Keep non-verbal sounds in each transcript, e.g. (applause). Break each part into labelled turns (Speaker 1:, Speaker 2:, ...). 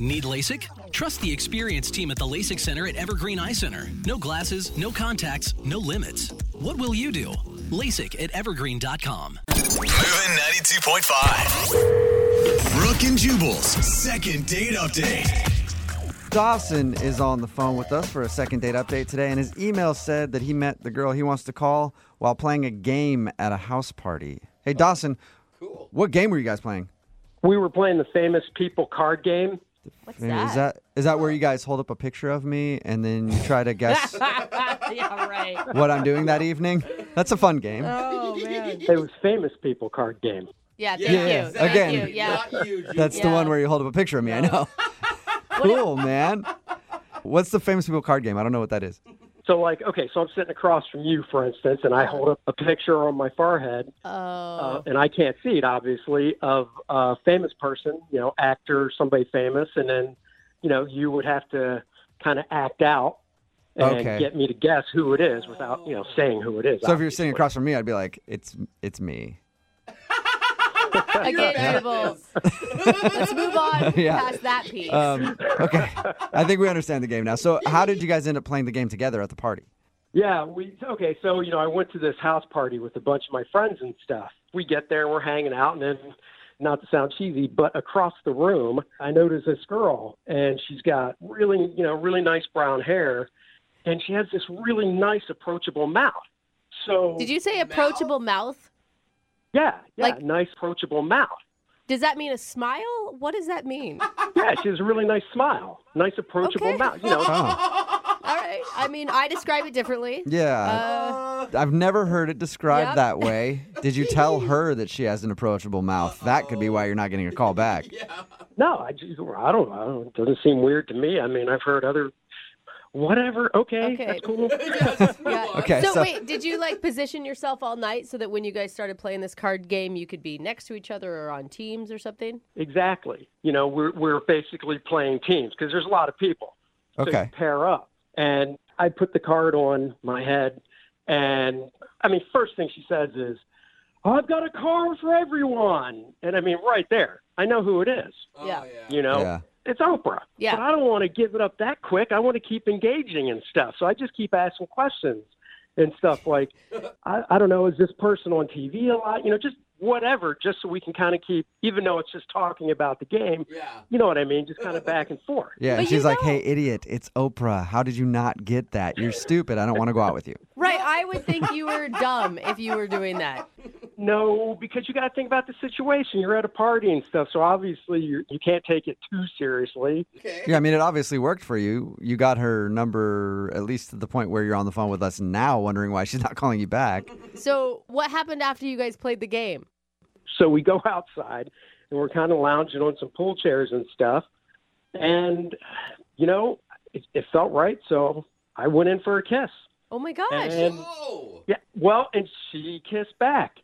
Speaker 1: Need LASIK? Trust the experienced team at the LASIK Center at Evergreen Eye Center. No glasses, no contacts, no limits. What will you do? LASIK at evergreen.com.
Speaker 2: Moving 92.5. Brooke and Jubal's second date update.
Speaker 3: Dawson is on the phone with us for a second date update today, and his email said that he met the girl he wants to call while playing a game at a house party. Hey, Dawson, cool. what game were you guys playing?
Speaker 4: We were playing the famous people card game.
Speaker 3: What's Is that is that where you guys hold up a picture of me and then you try to guess
Speaker 5: (laughs) yeah, right.
Speaker 3: what I'm doing that evening? That's a fun game.
Speaker 5: Oh man.
Speaker 4: It was famous people card game.
Speaker 5: Yeah, thank
Speaker 3: Yeah,
Speaker 5: you.
Speaker 3: yeah, again.
Speaker 5: Thank you. Yeah.
Speaker 3: That's the
Speaker 5: Yeah.
Speaker 3: one where you hold up a picture of me. I know. cool, man. What's the famous people card game? I don't know what that is.
Speaker 4: So like, okay, so I'm sitting across from you, for instance, and I hold up a picture on my forehead, uh,
Speaker 5: Oh.
Speaker 4: and I can't see it obviously of a famous person, you know, actor, somebody famous, and then, you know, you would have to kind of act out and
Speaker 3: Okay.
Speaker 4: get me to guess who it is without, you know, saying who it is.
Speaker 3: So if you're
Speaker 4: obviously.
Speaker 3: sitting across from me, I'd be like, "It's it's me."
Speaker 5: Again, (laughs) Jubles. Let's move on
Speaker 3: (laughs) Yeah.
Speaker 5: past that piece.
Speaker 3: Um, okay, I think we understand the game now. So how did you guys end up playing the game together at the party?
Speaker 4: Yeah, we okay. So you know, I went to this house party with a bunch of my friends and stuff. We get there, we're hanging out, and then, not to sound cheesy, but across the room, I notice this girl, and she's got really, you know, really nice brown hair, and she has this really nice, approachable mouth. So
Speaker 5: Did you say approachable mouth?
Speaker 4: Yeah, yeah,
Speaker 5: like-
Speaker 4: nice, approachable mouth.
Speaker 5: Does that mean a smile? What does that mean? All
Speaker 4: Yeah, she has a really nice smile, nice, approachable
Speaker 5: Okay. Uh-huh.
Speaker 4: mouth. You know,
Speaker 3: Oh,
Speaker 5: right. I mean, I describe it differently.
Speaker 3: yeah.
Speaker 5: Uh,
Speaker 3: I've never heard it described
Speaker 5: Yep.
Speaker 3: that way. Did you
Speaker 5: (laughs)
Speaker 3: tell her that she has an approachable mouth? That could be why you're not getting a call back.
Speaker 4: No, I just, I don't know. It doesn't seem weird to me. I mean, I've heard other, whatever. Okay,
Speaker 5: Okay.
Speaker 4: that's cool.
Speaker 5: yeah.
Speaker 3: Okay,
Speaker 5: So,
Speaker 3: so-
Speaker 5: wait, did you like position yourself all night so that when you guys started playing this card game, you could be next to each other or on teams or something?
Speaker 4: exactly. You know, we're we're basically playing teams because there's a lot of people. So you
Speaker 3: Okay.
Speaker 4: pair up, and I put the card on my head, and I mean, first thing she says is, "I've got a card for everyone," and I mean, right there, I know who it is.
Speaker 5: Oh, yeah.
Speaker 4: You know.
Speaker 3: Yeah.
Speaker 4: It's Oprah.
Speaker 5: Yeah.
Speaker 4: But I don't want to give it up that quick. I want to keep engaging and stuff. So I just keep asking questions and stuff like, I, I don't know, is this person on TV a lot? You know, just whatever, just so we can kind of keep, even though it's just talking about the game,
Speaker 6: Yeah.
Speaker 4: you know what I mean? Just kind of back and forth.
Speaker 3: Yeah, and
Speaker 5: But you
Speaker 3: she's like,
Speaker 5: know-
Speaker 3: "Hey, idiot! It's Oprah. How did you not get that? You're stupid. I don't want to go out with you."
Speaker 5: Right. I would think you were dumb if you were doing that.
Speaker 4: No, because you got to think about the situation. You're at a party and stuff. So obviously you you can't take it too seriously.
Speaker 6: Okay.
Speaker 3: Yeah, I mean, it obviously worked for you. You got her number at least to the point where you're on the phone with us now, wondering why she's not calling you back.
Speaker 5: So, what happened after you guys played the game?
Speaker 4: So we go (laughs) outside and we're kind of lounging on some pool chairs and stuff. And, you know, it, it felt right. So I went in for a kiss.
Speaker 5: Oh my gosh.
Speaker 4: And
Speaker 6: Oh.
Speaker 4: yeah, well, and she kissed back.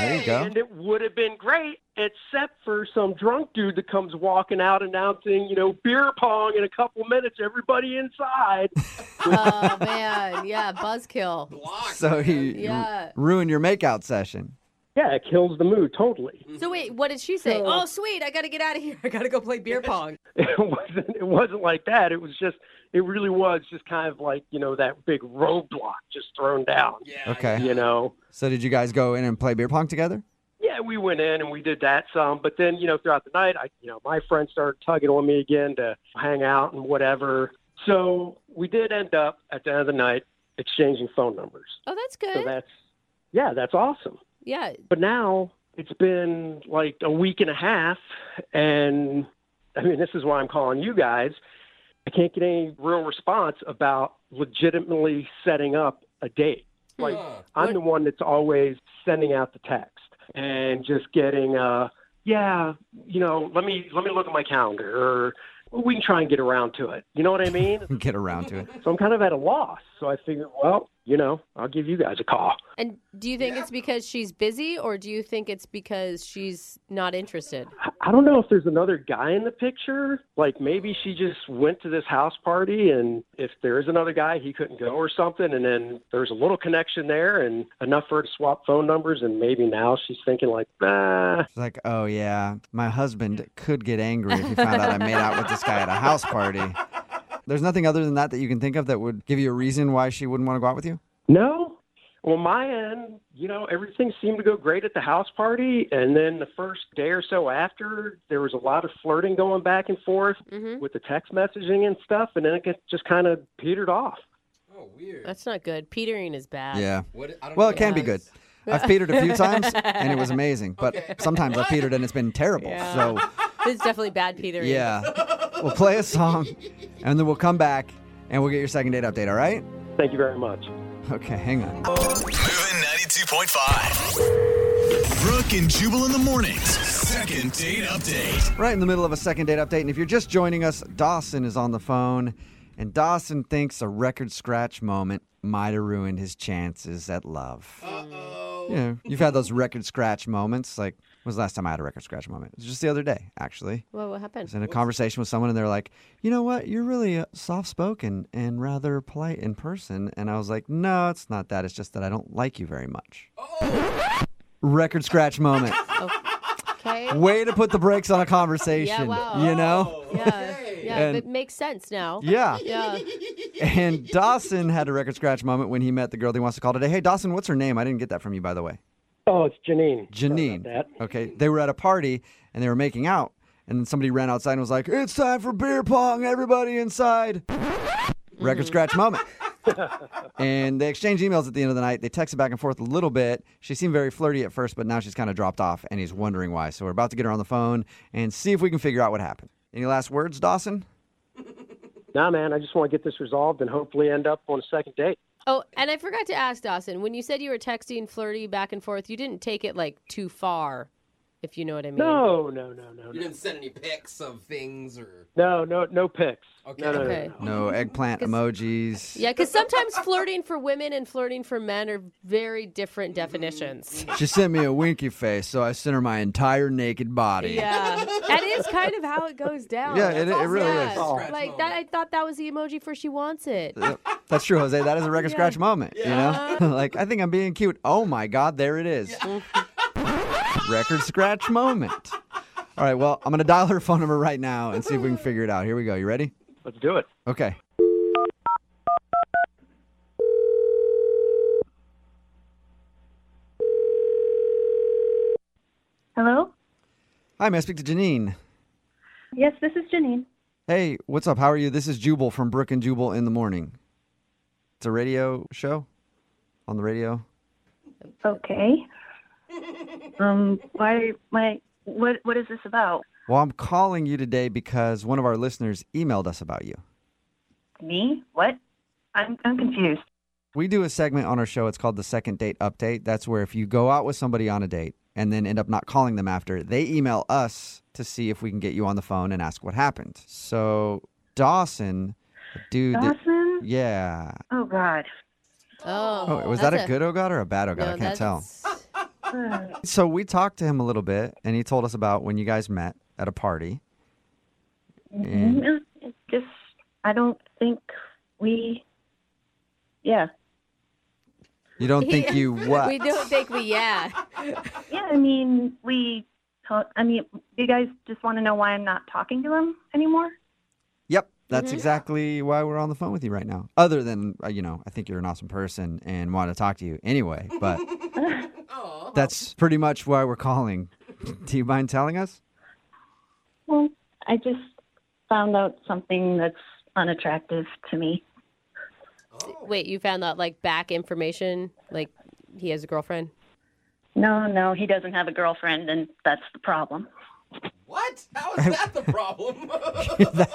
Speaker 3: There you go.
Speaker 4: (laughs) And it would have been great, except for some drunk dude that comes walking out announcing, you know, beer pong in a couple minutes, everybody inside.
Speaker 5: oh man, yeah, buzzkill.
Speaker 6: Block.
Speaker 3: So he
Speaker 5: Yeah.
Speaker 3: ruined your makeout session.
Speaker 4: yeah, it kills the mood totally.
Speaker 5: So wait, what did she say? Oh sweet, I gotta get out of here. (laughs) I gotta go play beer pong.
Speaker 4: (laughs) It wasn't, it wasn't like that. It was just, it really was just kind of like, you know, that big roadblock just thrown down,
Speaker 6: yeah.
Speaker 3: Okay.
Speaker 4: you know.
Speaker 3: So did you guys go in and play beer pong together? (laughs)
Speaker 4: yeah, we went in and we did that some, but then you know throughout the night, I you know my friends started tugging on me again to hang out and whatever. So we did end up at the end of the night exchanging phone numbers.
Speaker 5: Oh, that's
Speaker 4: So
Speaker 5: good.
Speaker 4: that's yeah, that's awesome.
Speaker 5: yeah.
Speaker 4: But now it's been like a week and a half, and I mean this is why I'm calling you guys. I can't get any real response about legitimately setting up a date. Like I'm the one that's always sending out the text and just getting, uh, yeah, you know, let me let me look at my calendar, or well, we can try and get around to it. You know what I mean?
Speaker 3: Get around to it.
Speaker 4: so I'm kind of at a loss. So I figured, well, you know, I'll give you guys a call.
Speaker 5: And do you think it's because she's busy, or do you think it's because she's not interested?
Speaker 4: I- I don't know if there's another guy in the picture. Like maybe she just went to this house party, and if there is another guy, he couldn't go or something. And then there's a little connection there, and enough for her to swap phone numbers. And maybe now she's thinking like, nah,
Speaker 3: She's like, oh yeah, my husband could get angry if he found out I made out with this guy at a house party. There's nothing other than that that you can think of that would give you a reason why she wouldn't want to go out with you.
Speaker 4: no. On my end, you know, everything seemed to go great at the house party. And then the first day or so after, there was a lot of flirting going back and forth
Speaker 5: Mhm.
Speaker 4: with the text messaging and stuff. And then it get- just kind of petered off.
Speaker 6: Oh, weird.
Speaker 5: That's not good. Petering is bad.
Speaker 3: Yeah.
Speaker 6: What, I don't
Speaker 3: Well,
Speaker 6: know
Speaker 3: it can be
Speaker 6: what
Speaker 3: good.
Speaker 6: is.
Speaker 3: I've petered
Speaker 6: (laughs)
Speaker 3: a few times and it was amazing, but
Speaker 6: Okay.
Speaker 3: sometimes I've petered and it's been terrible.
Speaker 5: Yeah.
Speaker 3: So
Speaker 5: (laughs) It's definitely bad petering.
Speaker 3: yeah, we'll play a song and then we'll come back and we'll get your second date update. All right?
Speaker 4: Thank you very much.
Speaker 3: Okay, hang on.
Speaker 2: Moving 92.5. Brooke and Jubal in the mornings. Second date update.
Speaker 3: Right in the middle of a second date update. And if you're just joining us, Dawson is on the phone. And Dawson thinks a record scratch moment might have ruined his chances at love.
Speaker 6: Uh-oh.
Speaker 3: You know, you've had those record scratch moments. Like, when was the last time I had a record scratch moment? It was just the other day, actually.
Speaker 5: Well,
Speaker 3: I
Speaker 5: what
Speaker 3: was
Speaker 5: happened?
Speaker 3: in a conversation with someone, and they're like, "You know what? You're really soft spoken and rather polite in person." And I was like, "No, it's not that. It's just that I don't like you very much." Record scratch moment.
Speaker 5: Okay.
Speaker 3: Way to put the brakes on a conversation.
Speaker 5: wow.
Speaker 3: You know?
Speaker 5: Yeah. Yeah.
Speaker 3: And-
Speaker 5: it makes sense now.
Speaker 3: Yeah.
Speaker 5: Yeah.
Speaker 3: And Dawson had a record scratch moment when he met the girl that he wants to call today. Hey, Dawson, what's her name? I didn't get that from you, by the way.
Speaker 4: Oh, it's Janine.
Speaker 3: Janine.
Speaker 4: that.
Speaker 3: Okay. They were at a party and they were making out. And then somebody ran outside and was like, It's time for beer pong. Everybody inside. Record scratch moment. and they exchanged emails at the end of the night. They texted back and forth a little bit. She seemed very flirty at first, but now she's kind of dropped off and he's wondering why. So we're about to get her on the phone and see if we can figure out what happened. Any last words, Dawson?
Speaker 4: Nah, man, I just want to get this resolved and hopefully end up on a second date.
Speaker 5: Oh, and I forgot to ask Dawson, when you said you were texting flirty back and forth, you didn't take it like too far, if you know what I mean.
Speaker 4: No, no, no, no,
Speaker 6: You
Speaker 4: no,
Speaker 6: didn't send any pics of things or.
Speaker 4: no, no, no pics.
Speaker 6: Okay.
Speaker 4: No, no, no,
Speaker 5: Okay.
Speaker 4: no.
Speaker 3: No eggplant emojis.
Speaker 5: Oh, Yeah, because sometimes flirting for women and flirting for men are very different definitions.
Speaker 3: She sent me a winky face, so I sent her my entire naked body.
Speaker 5: Yeah, that is kind of how it goes down.
Speaker 3: Yeah, it- it really is. Oh.
Speaker 5: Yeah,
Speaker 4: Oh.
Speaker 5: Like that, I thought that was the emoji for she wants it.
Speaker 3: That's true, Jose. That is a record scratch moment.
Speaker 6: Yeah.
Speaker 3: You know, (laughs) like I think I'm being cute. Oh my God, there it is. record scratch moment. All right, well, I'm gonna dial her phone number right now and see if we can figure it out. Here we go. You ready?
Speaker 4: Let's do it.
Speaker 3: Okay.
Speaker 7: Hello?
Speaker 3: Hi, may I speak to Janine?
Speaker 7: Yes, this is Janine.
Speaker 3: Hey, what's up? How are you? This is Jubal from Brook and Jubal in the morning. It's a radio show on the radio.
Speaker 7: (laughs) Okay. Um, why, my, what, what is this about?
Speaker 3: Well, I'm calling you today because one of our listeners emailed us about you.
Speaker 7: Me? What? I'm, I'm confused.
Speaker 3: We do a segment on our show. It's called the Second Date Update. That's where if you go out with somebody on a date and then end up not calling them after, they email us to see if we can get you on the phone and ask what happened. So Dawson, the dude, that-
Speaker 7: Dawson?
Speaker 3: yeah.
Speaker 7: Oh, God.
Speaker 5: Oh,
Speaker 3: Oh, was that
Speaker 5: that's
Speaker 3: a, good oh god or a bad oh
Speaker 5: No,
Speaker 3: god? I can't tell.
Speaker 5: that's-
Speaker 7: Ugh.
Speaker 3: So we talked to him a little bit, and he told us about when you guys met at a party. And-
Speaker 7: It Mm, it just, I don't think we, yeah.
Speaker 3: you don't think you what?
Speaker 5: (laughs) We don't think we. Yeah.
Speaker 7: Yeah, I mean, we, talk, I mean, you guys just want to know why I'm not talking to him anymore?
Speaker 3: Yep, that's
Speaker 5: Mm-hmm.
Speaker 3: exactly why we're on the phone with you right now. Other than uh, you know, I think you're an awesome person and want to talk to you anyway.
Speaker 5: (laughs)
Speaker 3: But that's pretty much why we're calling. Do you mind telling us?
Speaker 7: Well, I just found out something that's unattractive to me.
Speaker 5: Wait, you found out like back information, like he has a girlfriend.
Speaker 7: No, no, he doesn't have a girlfriend, and that's the problem.
Speaker 6: What? How (laughs) is that the (laughs) problem?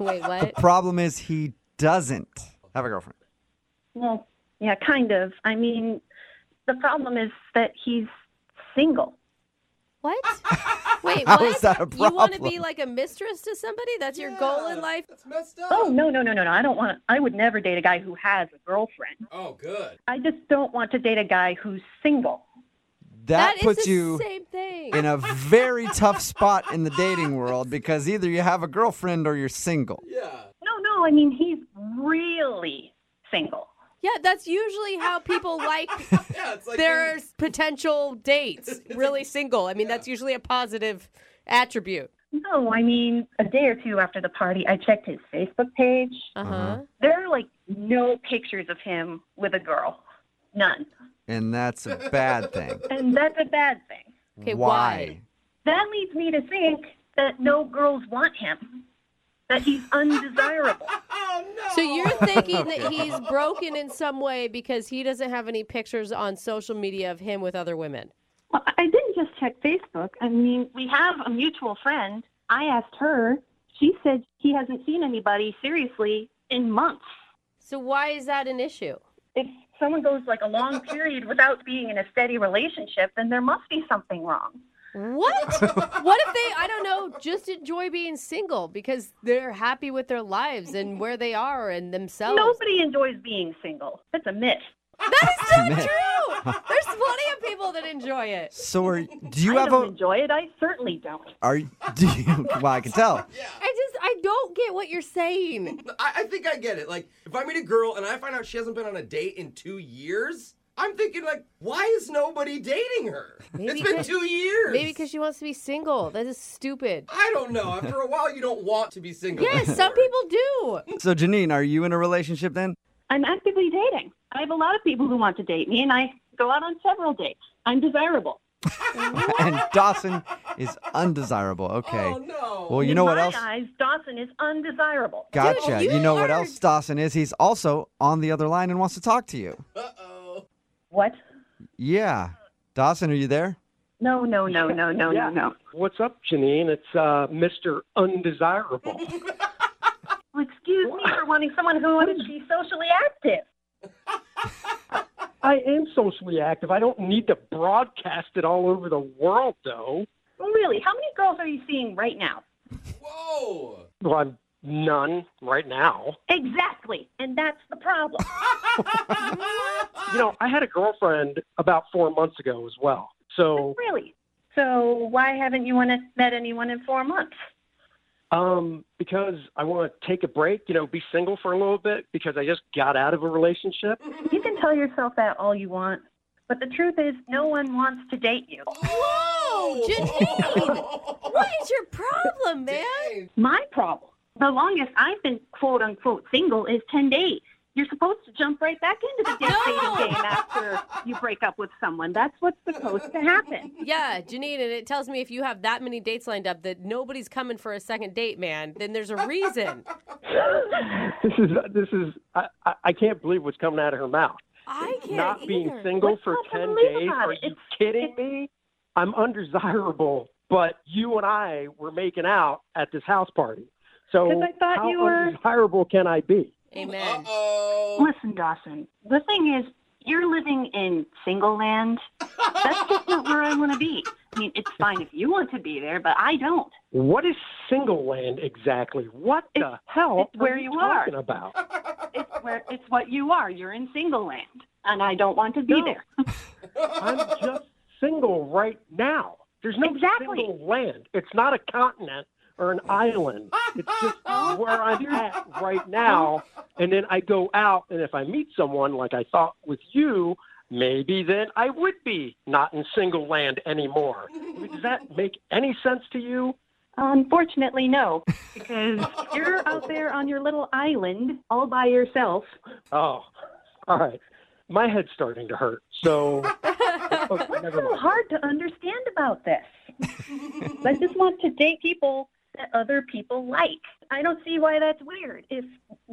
Speaker 5: Wait, what?
Speaker 3: Problem is, he doesn't have a girlfriend.
Speaker 7: Well, yeah, kind of. I mean, the problem is that he's single.
Speaker 3: (laughs)
Speaker 5: What? Wait,
Speaker 3: How
Speaker 5: what?
Speaker 3: is that a
Speaker 5: You want to be
Speaker 3: problem?
Speaker 5: like a mistress to somebody? That's your goal in
Speaker 6: Yeah,
Speaker 5: life?
Speaker 6: That's messed up.
Speaker 7: Oh no, no, no, no, no. I don't want. I would never date a guy who has a girlfriend.
Speaker 6: Oh, good.
Speaker 7: I just don't want to date a guy who's single.
Speaker 5: That
Speaker 3: That,
Speaker 5: is
Speaker 3: puts
Speaker 5: the
Speaker 3: you
Speaker 5: same thing.
Speaker 3: in a very tough spot in the dating world because either you have a girlfriend or you're single.
Speaker 6: Yeah.
Speaker 7: No, no. I mean, he's really single.
Speaker 5: yeah, that's usually
Speaker 3: (laughs)
Speaker 5: how people like
Speaker 6: Yeah, it's like
Speaker 5: their
Speaker 3: (laughs)
Speaker 5: potential dates. Really single. I mean, that's usually a positive attribute.
Speaker 7: No, I mean, a day or two after the party, I checked his Facebook page.
Speaker 5: Uh
Speaker 3: Uh-huh.
Speaker 5: huh.
Speaker 7: There are like no pictures of him with a girl, none,
Speaker 3: And that's a bad thing.
Speaker 7: and that's a bad thing.
Speaker 5: Okay,
Speaker 3: why?
Speaker 5: why?
Speaker 7: That leads me to think that no girls want him, that
Speaker 8: (laughs)
Speaker 7: he's undesirable.
Speaker 6: Oh
Speaker 3: (laughs)
Speaker 6: no.
Speaker 5: So you're thinking that he's broken in some way because he doesn't have any pictures on social media of him with other women.
Speaker 8: Well, I didn't just check Facebook. I mean,
Speaker 7: We have a mutual friend.
Speaker 8: I asked her. She said he hasn't seen anybody seriously in months.
Speaker 5: So why is that an issue?
Speaker 7: If someone goes like a long period without being in a steady relationship, then there must be something wrong.
Speaker 5: What? what if they, I don't know, just enjoy being single because they're happy with their lives and where they are and themselves?
Speaker 7: Nobody enjoys being single. That's a myth.
Speaker 5: That is not true. There's plenty of people that enjoy it.
Speaker 3: So are do you
Speaker 7: I
Speaker 3: have
Speaker 7: don't
Speaker 3: a
Speaker 7: enjoy it. I certainly don't.
Speaker 3: are do you well I can tell.
Speaker 5: I just, I don't get what you're saying.
Speaker 6: I, I think I get it. Like, if I meet a girl and I find out she hasn't been on a date in two years, I'm thinking like, why is nobody dating her?
Speaker 5: Maybe
Speaker 6: it's been
Speaker 5: 'cause-
Speaker 6: two years.
Speaker 5: Maybe because she wants to be single. That is stupid.
Speaker 6: I don't know. After a while, you don't want to be single.
Speaker 5: Yes, some
Speaker 6: anymore.
Speaker 5: people do.
Speaker 3: So Janine, are you in a relationship then?
Speaker 8: I'm actively dating. I have a lot of people who want to date me, and I go out on several dates. I'm desirable.
Speaker 3: (laughs) And Dawson is undesirable. Okay.
Speaker 6: Oh no.
Speaker 3: Well, you
Speaker 7: In
Speaker 3: know what
Speaker 7: my
Speaker 3: else?
Speaker 7: eyes, Dawson is undesirable.
Speaker 3: Gotcha.
Speaker 5: you
Speaker 3: you know what
Speaker 5: are-
Speaker 3: else Dawson is? He's also on the other line and wants to talk to you.
Speaker 6: Uh oh.
Speaker 7: What?
Speaker 3: Yeah. Dawson, are you there?
Speaker 8: No, no, no, no, no,
Speaker 4: Yeah.
Speaker 8: no, no.
Speaker 4: What's up, Janine? It's uh, Mr. Undesirable.
Speaker 7: Well, excuse me for wanting someone who wants to be socially active.
Speaker 4: I am socially active. I don't need to broadcast it all over the world, though.
Speaker 7: Really, how many girls are you seeing right now?
Speaker 6: Whoa.
Speaker 4: Well, I'm none right now.
Speaker 7: Exactly, and that's the problem.
Speaker 4: You know, I had a girlfriend about four months ago as well.
Speaker 3: Oh.
Speaker 4: So,
Speaker 7: really. So why haven't you wanna- met anyone in four months?
Speaker 4: um, because I want to take a break, you know, be single for a little bit because I just got out of a relationship.
Speaker 7: You can tell yourself that all you want, but the truth is, no one wants to date you.
Speaker 6: Whoa.
Speaker 5: Janine! What is your problem, man?
Speaker 6: Dang.
Speaker 8: My problem. The longest I've been quote unquote single is 10 days. You're supposed to jump right back into the dead
Speaker 5: No.
Speaker 8: dating game after you break up with someone. That's what's supposed to happen.
Speaker 5: Yeah, Janine, and it tells me if you have that many dates lined up that nobody's coming for a second date, man, then there's a reason.
Speaker 4: (laughs) This is this is I, I- I can't believe what's coming out of her mouth.
Speaker 5: I can't
Speaker 4: Not
Speaker 5: either.
Speaker 4: being single
Speaker 8: What's
Speaker 4: for
Speaker 8: not to
Speaker 4: ten
Speaker 8: believe
Speaker 4: days.
Speaker 8: about
Speaker 4: Are
Speaker 8: it?
Speaker 4: you
Speaker 8: It's-
Speaker 4: kidding me? I'm undesirable, but you and I were making out at this house party. So
Speaker 7: 'Cause I thought
Speaker 4: how
Speaker 7: you were-
Speaker 4: undesirable can I be?
Speaker 5: Amen.
Speaker 6: Uh (laughs) oh.
Speaker 8: Listen, Dawson, the thing is, you're living in single land. That's just not where I want to be. I mean, it's fine if you want to be there, but I don't.
Speaker 4: What is single land exactly? What the hell
Speaker 8: it's where
Speaker 4: are you,
Speaker 8: you are.
Speaker 4: talking about?
Speaker 8: It's where it's what you are. You're in single land, and I don't want to be
Speaker 4: No.
Speaker 8: there.
Speaker 4: I'm just single right now. There's no
Speaker 8: Exactly.
Speaker 4: single land. It's not a continent or an island. It's just where I'm at right now. And then I go out, and if I meet someone like I thought with you, maybe then I would be not in single land anymore. I mean, does that make any sense to you?
Speaker 8: Unfortunately, no, because you're out there on your little island all by yourself.
Speaker 4: Oh, all right. My head's starting to hurt. So, okay,
Speaker 7: What's
Speaker 4: never
Speaker 7: so
Speaker 4: mind.
Speaker 7: hard to understand about this? I just want to date people that other people like. I don't see why that's weird. If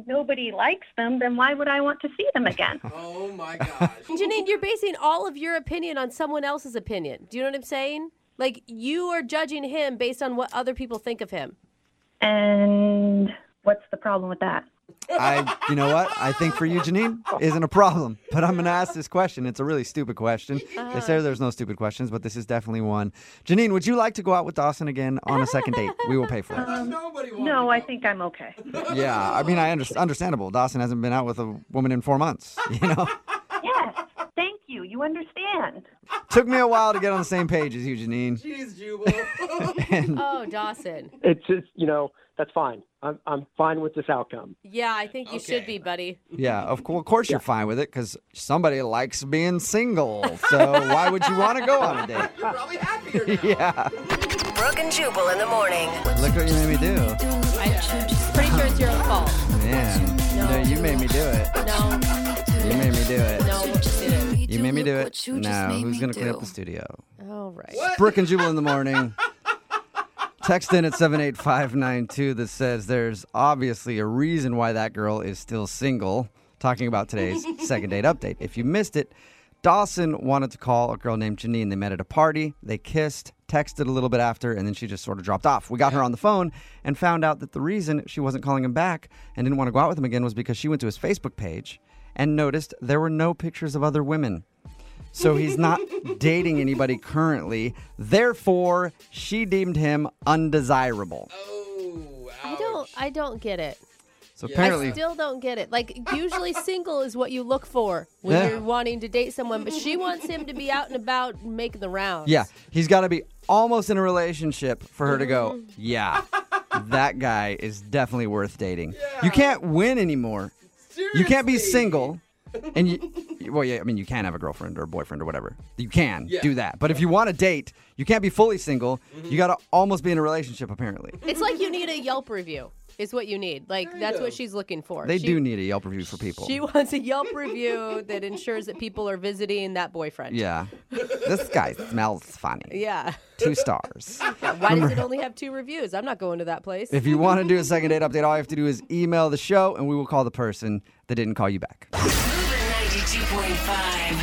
Speaker 7: nobody likes them, then why would I want to see them again?
Speaker 6: Oh my gosh.
Speaker 5: Janine, you're basing all of your opinion on someone else's opinion. Do you know what I'm saying? Like you are judging
Speaker 3: (laughs)
Speaker 5: him based on what other people think of him.
Speaker 7: And what's the problem with that?
Speaker 3: I, you know what? I think for you, Janine, isn't a problem. But I'm going to ask this question. It's a really stupid question. They say there's no stupid questions, but this is definitely one. Janine, would you like to go out with Dawson again on a second date? We will pay for it.
Speaker 6: Nobody wants
Speaker 7: No, I think I'm okay.
Speaker 3: Yeah, I mean, I under- understandable. Dawson hasn't been out with a woman in four months. (laughs) You know,
Speaker 7: Yes, thank you. You understand.
Speaker 3: took me a while to get on the same page as you, Janine.
Speaker 6: Jeez, Jubal. (laughs)
Speaker 5: Oh, Dawson.
Speaker 4: It's just, you know, that's fine. I'm, I'm fine with this outcome.
Speaker 5: Yeah, I think you should be,
Speaker 6: Okay.
Speaker 5: buddy.
Speaker 3: Yeah, of, cour- of course you're fine with it because somebody likes being single. So why would you want to go on a date?
Speaker 6: You're probably happier now.
Speaker 3: Yeah,
Speaker 9: Brooke and Jubal in the morning.
Speaker 3: look what you made me do.
Speaker 5: Pretty sure it's your own fault.
Speaker 3: Man, no, you made me do it.
Speaker 5: No,
Speaker 3: You made me do it.
Speaker 5: no, you didn't.
Speaker 3: You made me do it. No, who's gonna clean up the studio?
Speaker 5: All right.
Speaker 3: Brooke and Jubal in the morning. Text in at 78592 that says there's obviously a reason why that girl is still single. Talking about today's second date update. If you missed it, Dawson wanted to call a girl named Janine. They met at a party, they kissed, texted a little bit after, and then she just sort of dropped off. We got her on the phone and found out that the reason she wasn't calling him back and didn't want to go out with him again was because she went to his Facebook page and noticed there were no pictures of other women. So he's not dating anybody currently. Therefore, she deemed him undesirable.
Speaker 6: Oh,
Speaker 5: I don't. I don't get it.
Speaker 3: So
Speaker 5: I
Speaker 3: apparently,
Speaker 5: still don't get it. Like usually, single is what you look for when
Speaker 3: Yeah.
Speaker 5: you're wanting to date someone, but she wants him to be out and about, and making the rounds.
Speaker 3: yeah, he's got to be almost in a relationship for her to go,
Speaker 5: Mm-hmm.
Speaker 3: yeah, that guy is definitely worth dating. You can't win anymore. You can't be
Speaker 6: Seriously.
Speaker 3: single. And you, well, yeah, I mean, you can have a girlfriend or a boyfriend or whatever. You can
Speaker 6: Yeah. Mm-hmm.
Speaker 3: do that. But if you want to date, you can't be fully single. You got to almost be in a relationship, apparently.
Speaker 5: It's like you need a Yelp review. Is what you need. Like that's what she's looking for.
Speaker 3: They
Speaker 5: She-
Speaker 3: do need a Yelp review for people.
Speaker 5: She wants a Yelp review that ensures that people are visiting that boyfriend.
Speaker 3: Yeah. this guy smells funny.
Speaker 5: Yeah.
Speaker 3: Two stars.
Speaker 5: Why does it only have two reviews? I'm not going to that place.
Speaker 3: if you want to do a second date update, all you have to do is email the show and we will call the person that didn't call you back.
Speaker 9: 92.5.